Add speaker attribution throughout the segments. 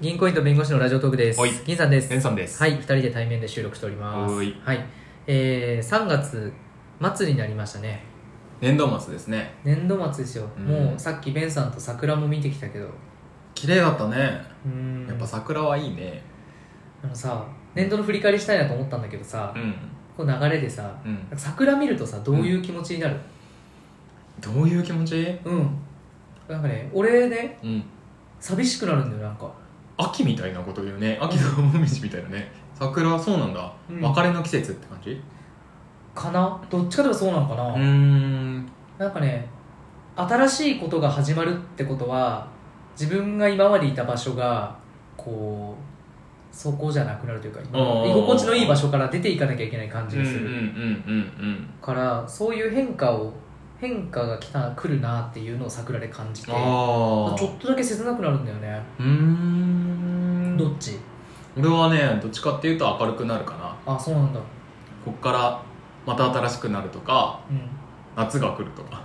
Speaker 1: 銀行員と弁護士のラジオトークです
Speaker 2: はい。
Speaker 1: 銀さんです。
Speaker 2: エンさんです。
Speaker 1: はい、二人で対面で収録しております。
Speaker 2: は
Speaker 1: はいえー、3月末になりましたね。
Speaker 3: 年度末ですね
Speaker 1: 年度末ですよ。
Speaker 3: うん
Speaker 1: もうさっきベンさんと桜も見てきたけど。う
Speaker 3: 綺麗だったね
Speaker 1: ーん
Speaker 3: やっぱ桜はいいね
Speaker 1: あのさ、年度の振り返りしたいなと思ったんだけどさ、
Speaker 3: ん
Speaker 1: こう流れでさ、
Speaker 3: うん
Speaker 1: 桜見るとさ、どういう気持ちになる
Speaker 3: どういう気持ち
Speaker 1: うん。なんかね、俺ね、
Speaker 3: うん
Speaker 1: 寂しくなるんだよ、なんか。
Speaker 3: 秋みたいなこと言うね秋の紅葉みたいなね桜はそうなんだ、
Speaker 1: うん
Speaker 3: 別れの季節って感じ
Speaker 1: かなどっちかというとそうなのかな、
Speaker 3: うーん
Speaker 1: なんかね新しいことが始まるってことは自分が今までいた場所がこうそこじゃなくなるというか今
Speaker 3: あー
Speaker 1: 居心地のいい場所から出ていかなきゃいけない感
Speaker 3: う
Speaker 1: じ
Speaker 3: んう
Speaker 1: が
Speaker 3: ん
Speaker 1: す
Speaker 3: うん
Speaker 1: る、からそういう変化を変化が来た来るなっていうのを桜で感じて
Speaker 3: うん
Speaker 1: ち
Speaker 3: ああ
Speaker 1: ょっとだけ切なくなるんだよね
Speaker 3: うーん
Speaker 1: どっち
Speaker 3: 俺はねどっちかっていうと明るくなるかな
Speaker 1: あそうなんだ
Speaker 3: こっからまた新しくなるとか
Speaker 1: うん
Speaker 3: 夏が来るとか、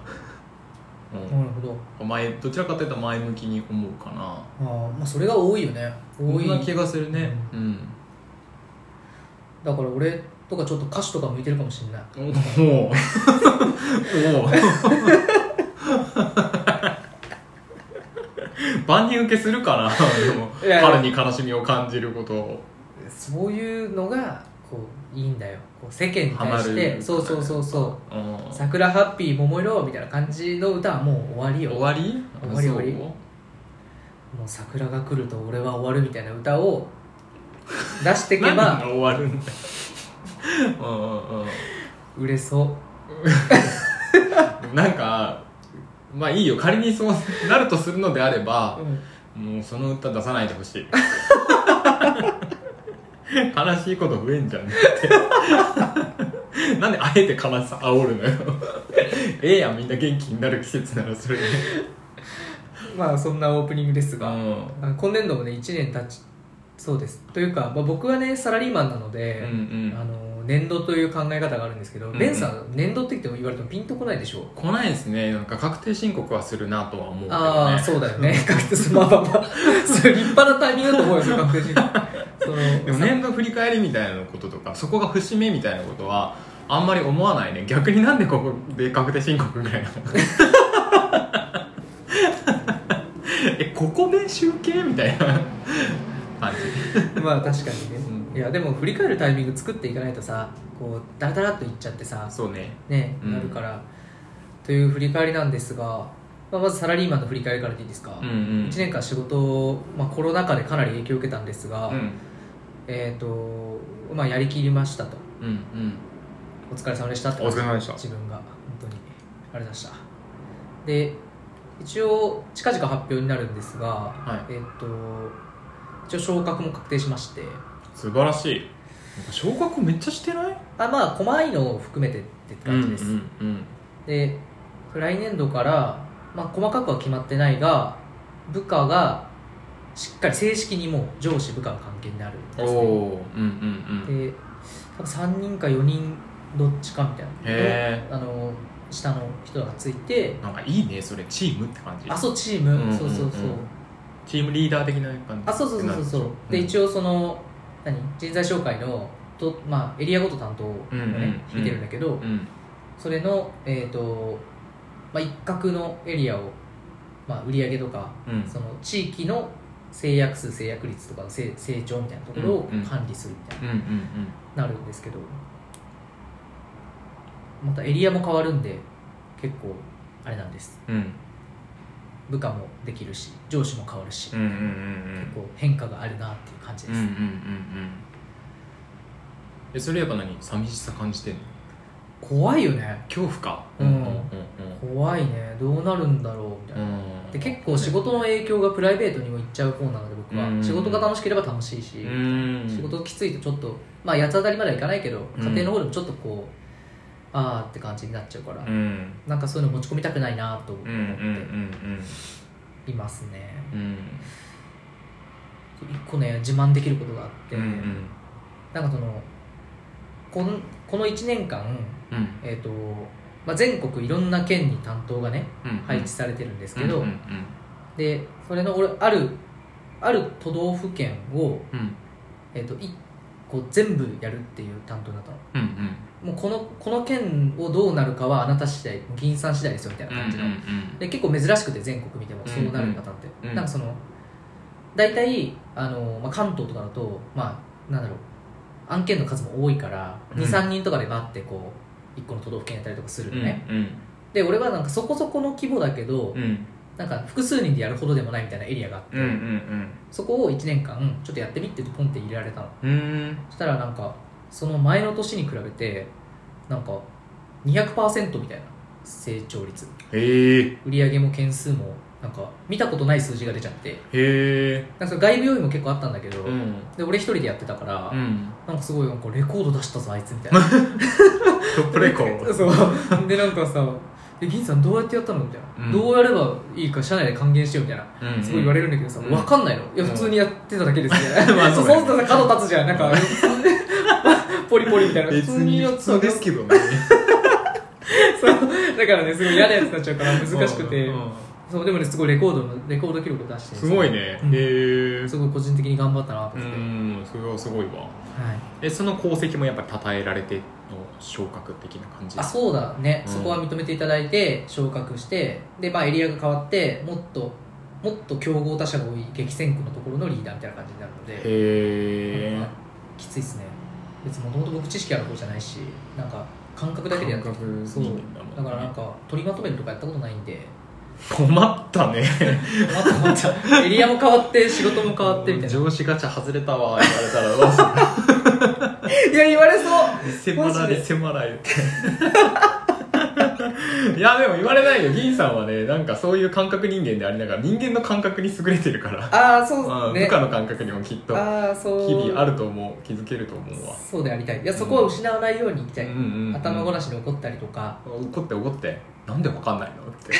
Speaker 3: うん
Speaker 1: なるほど
Speaker 3: 前どちらかというと前向きに思うかな
Speaker 1: あー、まあ、それが多いよね
Speaker 3: そ
Speaker 1: 多い
Speaker 3: んな気がするねうん、
Speaker 1: だから俺とかちょっと歌手とか向いてるかもしれない
Speaker 3: おおお万人受けするかなでも
Speaker 1: いやいや
Speaker 3: 春に悲しみを感じることを
Speaker 1: そういうのがこういいんだよこう世間に対し
Speaker 3: ハマ
Speaker 1: て
Speaker 3: る
Speaker 1: そうそうそうそう
Speaker 3: うん
Speaker 1: 「桜ハッピー桃色」みたいな感じの歌はもう終わりよ
Speaker 3: 終
Speaker 1: も
Speaker 3: わり
Speaker 1: 終わり終わり
Speaker 3: そう
Speaker 1: う桜が来ると俺は終わるみたいな歌を出してけ
Speaker 3: 何
Speaker 1: ば
Speaker 3: が終わるんだようんうん
Speaker 1: 売れそう
Speaker 3: うんなんかまあいいよ仮にそうなるとするのであれば、もうその歌出さないでほしい悲しいこと増えんじゃんってなんであえて悲しさ煽るのよええやんみんな元気になる季節ならそれで
Speaker 1: まあそんなオープニングです
Speaker 3: う
Speaker 1: が、
Speaker 3: ん
Speaker 1: あの今年度もね1年経ちそうですというか、まあ、僕はねサラリーマンなの
Speaker 3: う
Speaker 1: で、
Speaker 3: ん
Speaker 1: あの年度という考え方があるんですけど、
Speaker 3: うん
Speaker 1: ベンさん年度って言っても言われてもピンとこないでしょ
Speaker 3: 来ないですねなんか確定申告はするなとは思うけどね
Speaker 1: ああそうだよね 確定申告まあまあまあそれ立派なタイミングだと思うよそれ確定申告その
Speaker 3: でも年度振り返りみたいなこととかそこが節目みたいなことはあんまり思わないね逆になんでここで確定申告ぐらいなの えここで集計みたいな感じ
Speaker 1: まあ確かにね、
Speaker 3: うん
Speaker 1: いやでも振り返るタイミング作っていかないとさこうダラダラっといっちゃってさ
Speaker 3: そうね
Speaker 1: ね
Speaker 3: うん
Speaker 1: なるから、という振り返りなんですが、まあ、まずサラリーマンの振り返りからでいいですか、
Speaker 3: うんうん
Speaker 1: 1年間仕事を、まあ、コロナ禍でかなり影響を受けたんですが、
Speaker 3: うん
Speaker 1: えっ、とまあやりきりましたと
Speaker 3: うんうん
Speaker 1: お疲れ様でしたって
Speaker 3: お疲れ様でした
Speaker 1: 自分が本当にあれでしたで一応近々発表になるんですが、
Speaker 3: は
Speaker 1: えっと一応昇格も確定しまして
Speaker 3: 素晴らしいなんか昇格めっちゃしてない
Speaker 1: あまあ細いのを含めてって感じです、
Speaker 3: うんうん
Speaker 1: で来年度から、まあ、細かくは決まってないが部下がしっかり正式にもう上司部下の関係になるん
Speaker 3: うん、
Speaker 1: ですね
Speaker 3: おーうんうんうん
Speaker 1: で多分3人か4人どっちかみたい
Speaker 3: へ
Speaker 1: なあの下の人がついて
Speaker 3: なんかいいねそれチームって感じ
Speaker 1: 阿蘇チーム、
Speaker 3: うんうんうん
Speaker 1: そうそうそう
Speaker 3: チームリーダー的な感じ
Speaker 1: あそうそうそうそうそうで一
Speaker 3: 応
Speaker 1: 応その何人材紹介のと、まあ、エリアごと担当をね、
Speaker 3: うんうんうん
Speaker 1: 引いてるんだけど、
Speaker 3: うん
Speaker 1: それの、えーとまあ、一角のエリアを、まあ、売り上げとか
Speaker 3: うん
Speaker 1: その地域の制約数制約率とかの成成長みたいなところを
Speaker 3: うんうん
Speaker 1: 管理するみたい
Speaker 3: うんうんうん
Speaker 1: な、なるんですけどまたエリアも変わるんで結構あれなんです
Speaker 3: うん
Speaker 1: 部下もできるし上司も変わるし、
Speaker 3: うんうんうんうん
Speaker 1: こう変化があるなっていう感じ
Speaker 3: う
Speaker 1: で
Speaker 3: ん
Speaker 1: す、
Speaker 3: うんうんうんえそれやっぱ何寂しさ感じてんの
Speaker 1: 怖いよね
Speaker 3: 恐怖か
Speaker 1: うん
Speaker 3: うん
Speaker 1: 怖いねどうなるんだろうみたいな、
Speaker 3: うん
Speaker 1: で結構仕事の影響がプライベートにもいっちゃう方なので僕は、
Speaker 3: うん
Speaker 1: 仕事が楽しければ楽しいし、
Speaker 3: うん
Speaker 1: 仕事きついとちょっとまあ八つ当たりまではいかないけど
Speaker 3: うん
Speaker 1: 家庭の方でもちょっとこう、ああって感じになっちゃうから、
Speaker 3: うん
Speaker 1: なんかそういうの持ち込みたくないなと思っ
Speaker 3: うんうんうん
Speaker 1: ていますね、
Speaker 3: うんうん
Speaker 1: 一個ね自慢できることがあって、
Speaker 3: うんうん
Speaker 1: なんかそのこのこの1年間、
Speaker 3: うん
Speaker 1: えーとまあ、全国いろんな県に担当がね
Speaker 3: うん
Speaker 1: 配置されてるんですけど、
Speaker 3: うんうん
Speaker 1: でそれの俺あるある都道府県を、
Speaker 3: うん
Speaker 1: えっと1個全部やるっていう担当だったの
Speaker 3: うんうん
Speaker 1: もうこのこの県をどうなるかはあなた次第もう議員さん次第ですよみたいな感じの、で結構珍しくて全国見てもそうなる方って、
Speaker 3: うんうん
Speaker 1: なんかその大体あの、まあ、関東とかだとまあなんだろう案件の数も多いから
Speaker 3: うん
Speaker 1: 23人とかで待ってこう1個の都道府県やったりとかするのね、
Speaker 3: うんうん
Speaker 1: で俺はなんかそこそこの規模だけど、
Speaker 3: うん
Speaker 1: なんか複数人でやるほどでもないみたいなエリアがあって、
Speaker 3: うんうん
Speaker 1: そこを1年間ちょっとやってみって言ってポンって入れられたの
Speaker 3: うんうん
Speaker 1: そしたらなんかその前の年に比べてなんか200%みたいな成長率
Speaker 3: へえ
Speaker 1: 売り上げも件数もなんか見たことない数字が出ちゃって
Speaker 3: へえ
Speaker 1: なんかその外部要因も結構あったんだけど、
Speaker 3: うん
Speaker 1: で俺一人でやってたから、
Speaker 3: うん
Speaker 1: なんかすごいなんかレコード出したぞあいつみたいな
Speaker 3: トップレコ ー
Speaker 1: そうでなんかさ「え銀さんどうやってやったの?」みたいな、
Speaker 3: うん
Speaker 1: どうやればいいか社内で還元しよう」みたいな
Speaker 3: うん
Speaker 1: すごい言われるんだけどさ、
Speaker 3: う
Speaker 1: わ
Speaker 3: ん
Speaker 1: 分かんないのいや
Speaker 3: うん
Speaker 1: 普通にやってただけですね、
Speaker 3: まあ
Speaker 1: そう
Speaker 3: そうだ
Speaker 1: そ
Speaker 3: ね
Speaker 1: うするとさ角立つじゃんなん かポリポリみたいな
Speaker 3: 別に
Speaker 1: や
Speaker 3: 普
Speaker 1: ってただ
Speaker 3: 通
Speaker 1: け
Speaker 3: ですけどね
Speaker 1: そうだからねすごい嫌なやつになっちゃうから難しくて、
Speaker 3: うんうん
Speaker 1: そうでもねすごいレコードのレコード記録を出して
Speaker 3: すごいね
Speaker 1: うん
Speaker 3: へえ
Speaker 1: すごい個人的に頑張ったなと
Speaker 3: う
Speaker 1: 思って、
Speaker 3: んそれはすごいわ
Speaker 1: はい
Speaker 3: えその功績もやっぱ称えられての昇格的な感じ
Speaker 1: あそうだね、
Speaker 3: うん
Speaker 1: そこは認めていただいて昇格してで、まあ、エリアが変わってもっともっと競合他社が多い激戦区のところのリーダーみたいな感じになるので
Speaker 3: へえ
Speaker 1: なんかきついっすね別にもともと僕知識ある方じゃないしなんか感覚だけでやってきて
Speaker 3: 感覚
Speaker 1: そう
Speaker 3: 人間だもんね
Speaker 1: だからなんか取りまとめるとかやったことないんで
Speaker 3: 困ったね
Speaker 1: あとまたエリアも変わって仕事も変わってみたいな
Speaker 3: 上司ガチャ外れたわ言われたらどう する
Speaker 1: いや言われそう
Speaker 3: 迫られ迫られ ていやでも言われないよ銀さんはねなんかそういう感覚人間でありながら人間の感覚に優れてるから、
Speaker 1: ああそう
Speaker 3: うん
Speaker 1: ね
Speaker 3: 部下の感覚にもきっと
Speaker 1: ああそう
Speaker 3: 日々あると思う気づけると思うわ、
Speaker 1: そうでありたいいやそこは失わないようにいきたい、
Speaker 3: うんうんうん
Speaker 1: 頭ごなしに怒ったりとか
Speaker 3: 怒って怒ってなんでわかんないのって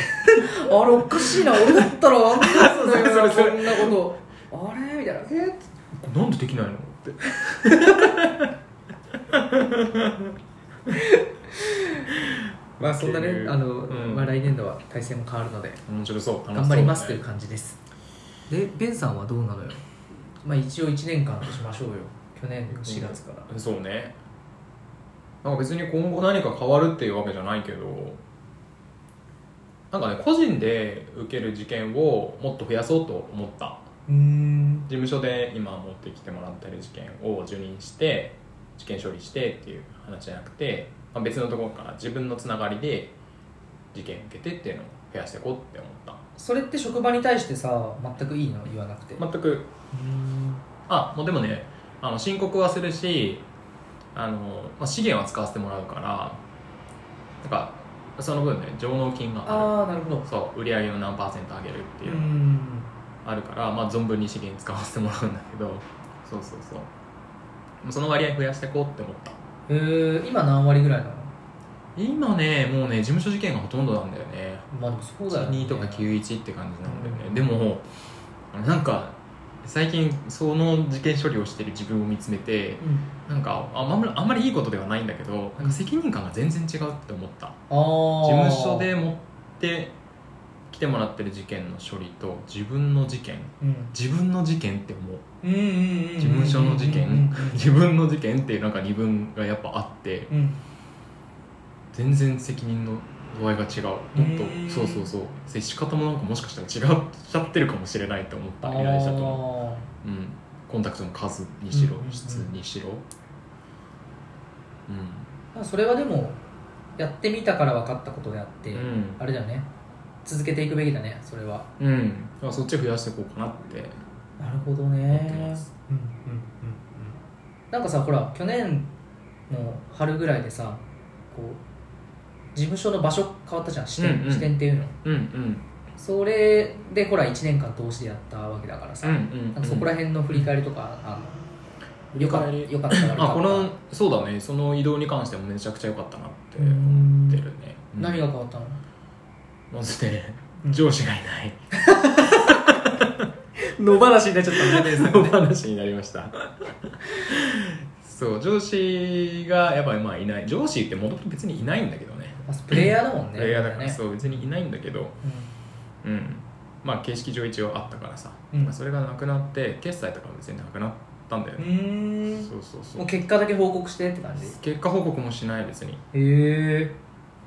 Speaker 1: あれおかしいな俺だったらあんなやつだよな
Speaker 3: それそれそれ
Speaker 1: こんなことあれみたいなえっ
Speaker 3: なんでできないのって
Speaker 1: まあそんなね
Speaker 3: っていう
Speaker 1: あの、
Speaker 3: うん
Speaker 1: まあ、来年度は体制も変わるので
Speaker 3: 面白そう楽しそう、ね、
Speaker 1: 頑張りますという感じです、でベンさんはどうなのよまあ一応1年間としましょうよ去年の4月から、
Speaker 3: そうねなんか別に今後何か変わるっていうわけじゃないけどなんかね個人で受ける事件をもっと増やそうと思った
Speaker 1: うーん
Speaker 3: 事務所で今持ってきてもらってる事件を受任して事件処理してっていう話じゃなくて、まあ、別のところから自分のつながりで事件受けてっていうのを増やしていこうって思っ
Speaker 1: それって職場に対してさ全くいいの言わなくて、
Speaker 3: た全く
Speaker 1: うーん
Speaker 3: あもうでもねあの申告はするしあの、まあ、資源は使わせてもらうからなんかその分ね上納金がある
Speaker 1: ああなるほどう
Speaker 3: そう売り上げの何パーセント上げるってい
Speaker 1: ー
Speaker 3: うのが
Speaker 1: ん
Speaker 3: あるから、まあ、存分に資源使わせてもらうんだけどそうそうそうもうその割合増やしていこうって思った
Speaker 1: えー、今何割ぐらいなの
Speaker 3: 今ねもうね事務所事件がほとんどなんだよね
Speaker 1: まあでもそうだよね
Speaker 3: 12とか91って感じなんだよね、
Speaker 1: うん
Speaker 3: でもなんか最近その事件処理をしてる自分を見つめて
Speaker 1: うん
Speaker 3: なんかああんまりあんまりいいことではないんだけどなんか責任感が全然違うって思った
Speaker 1: ああ
Speaker 3: 事務所で持って来てもらってる事件の処理と自分の事件
Speaker 1: うん
Speaker 3: 自分の事件って思う
Speaker 1: うんうんうんうんうん
Speaker 3: 事務所の事件
Speaker 1: うんうん
Speaker 3: 自分の事件っていうなんか二分がやっぱあって
Speaker 1: うんうん
Speaker 3: 全然責任の度合いが違うもっと
Speaker 1: うん
Speaker 3: そうそうそう接し方もなんかもしかしたら違っちゃってるかもしれないって思った依頼者とのうん、コンタクトの数にしろ
Speaker 1: うんうんうん
Speaker 3: 質にしろ
Speaker 1: あーそれはでもやってみたから分かったことであって、
Speaker 3: うん、
Speaker 1: あれだよね続けていくべきだねそれは
Speaker 3: うん、まあそっち増やしていこうかなって
Speaker 1: なるほど
Speaker 3: 思ってます、
Speaker 1: うんうんうんうんなんかさほら去年の春ぐらいでさこう事務所の場所変わったじゃん支店、
Speaker 3: うんうん
Speaker 1: 支店っていうの
Speaker 3: うんうん
Speaker 1: それでほら1年間通してやったわけだからさ、
Speaker 3: うん
Speaker 1: なんかそこら辺の振り返りとかあんのよか
Speaker 3: 振り返り
Speaker 1: よかった悪かっ
Speaker 3: あ
Speaker 1: た
Speaker 3: このそうだねその移動に関してもめちゃくちゃ良かったなって
Speaker 1: うー
Speaker 3: 思
Speaker 1: ん
Speaker 3: ってるね、うん
Speaker 1: 何が変わったの
Speaker 3: まずね
Speaker 1: うん
Speaker 3: 上司がいない
Speaker 1: 野放しになっちゃったね
Speaker 3: お話になりましたそう上司がやっぱりまあいない上司ってもともと別にいないんだけどね
Speaker 1: プレイヤーだもんね
Speaker 3: プレイヤーだから、
Speaker 1: ね
Speaker 3: そう別にいないんだけど
Speaker 1: うん
Speaker 3: うんまあ形式上一応あったからさ、
Speaker 1: うん
Speaker 3: まあそれがなくなって決済とかも別になくなったんだよ
Speaker 1: う
Speaker 3: ね、
Speaker 1: ーん
Speaker 3: そうそうそ
Speaker 1: もう
Speaker 3: う
Speaker 1: 結果だけ報告してって感じへ
Speaker 3: 結果報告もしない別に
Speaker 1: え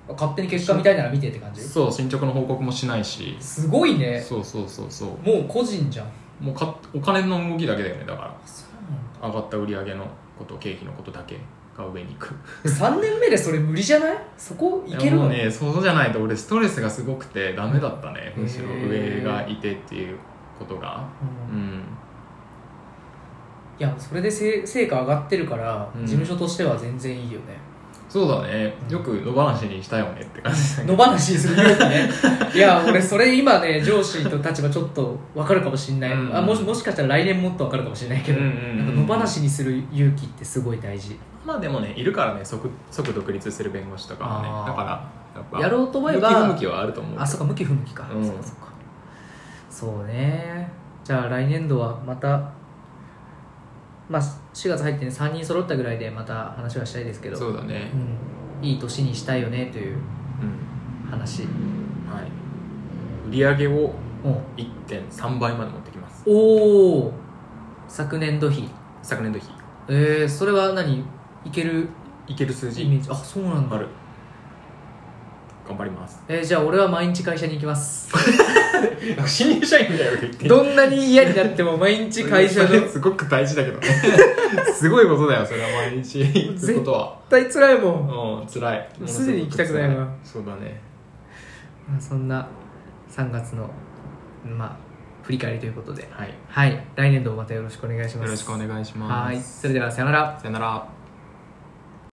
Speaker 1: 勝手に結果見たいなら見てって感じ
Speaker 3: そう進捗の報告もしないし
Speaker 1: すごいね
Speaker 3: そうそうそうそう
Speaker 1: もう個人じゃん
Speaker 3: もうかお金の動きだけだよねだか
Speaker 1: そうなんだ
Speaker 3: ら上がった売り上げのこと経費のことだけが上に行く
Speaker 1: 3年目でそれ無理じゃないそこいける
Speaker 3: も
Speaker 1: の
Speaker 3: うねそうじゃないと俺ストレスがすごくてダメだった
Speaker 1: へ
Speaker 3: ね
Speaker 1: ー
Speaker 3: むしろ上がいてっていうことが
Speaker 1: うん
Speaker 3: うん
Speaker 1: いやそれでせ成果上がってるから、
Speaker 3: うん
Speaker 1: 事務所としては全然いいよね
Speaker 3: そうだねよく野放しにしたよねって感じだけど
Speaker 1: 野放しにするよく ねいや俺それ今ね上司と立場ちょっと分かるかもしんない、
Speaker 3: うん
Speaker 1: あもしもしかしたら来年もっと分かるかもしんないけど、
Speaker 3: うんうんうん
Speaker 1: なんか野放しにする勇気ってすごい大事
Speaker 3: まあでもねいるからね即即独立する弁護士とかはね
Speaker 1: あー
Speaker 3: だからやっぱ
Speaker 1: やろうと思えば
Speaker 3: 向き不向きはあると思う
Speaker 1: あそっか向き不向きか、
Speaker 3: うん
Speaker 1: そうかそうかそうねじゃあ来年度はまたまあ4月入ってね3人揃ったぐらいでまた話はしたいですけど
Speaker 3: そうだね
Speaker 1: うん、いい年にしたいよねという
Speaker 3: うん、
Speaker 1: 話
Speaker 3: はい売り上げを
Speaker 1: も
Speaker 3: 1.3倍まで持ってきます
Speaker 1: うおお昨年度比
Speaker 3: 昨年度比
Speaker 1: えー、それは何いける
Speaker 3: いける数
Speaker 1: イ
Speaker 3: 字
Speaker 1: メージあそうなん
Speaker 3: 頑張
Speaker 1: だ、
Speaker 3: る頑張ります
Speaker 1: えー、じゃあ俺は毎日会社に行きます
Speaker 3: 新入社員だよ言って
Speaker 1: どんなに嫌になっても毎日会社の絶
Speaker 3: すごく大事だけどねすごいことだよそれは毎日行くことは
Speaker 1: 対辛いもん
Speaker 3: うん辛い
Speaker 1: もうすでに行きたくないわ
Speaker 3: そうだね
Speaker 1: まあ、そんな3月の、まあ、振り返りということで、
Speaker 3: はい
Speaker 1: はい、来年度もまたよろしくお願いします。
Speaker 3: よろしくお
Speaker 1: いし
Speaker 3: 願いし
Speaker 1: は
Speaker 3: ま
Speaker 1: い、
Speaker 3: す
Speaker 1: それではさよなら。
Speaker 3: さよなら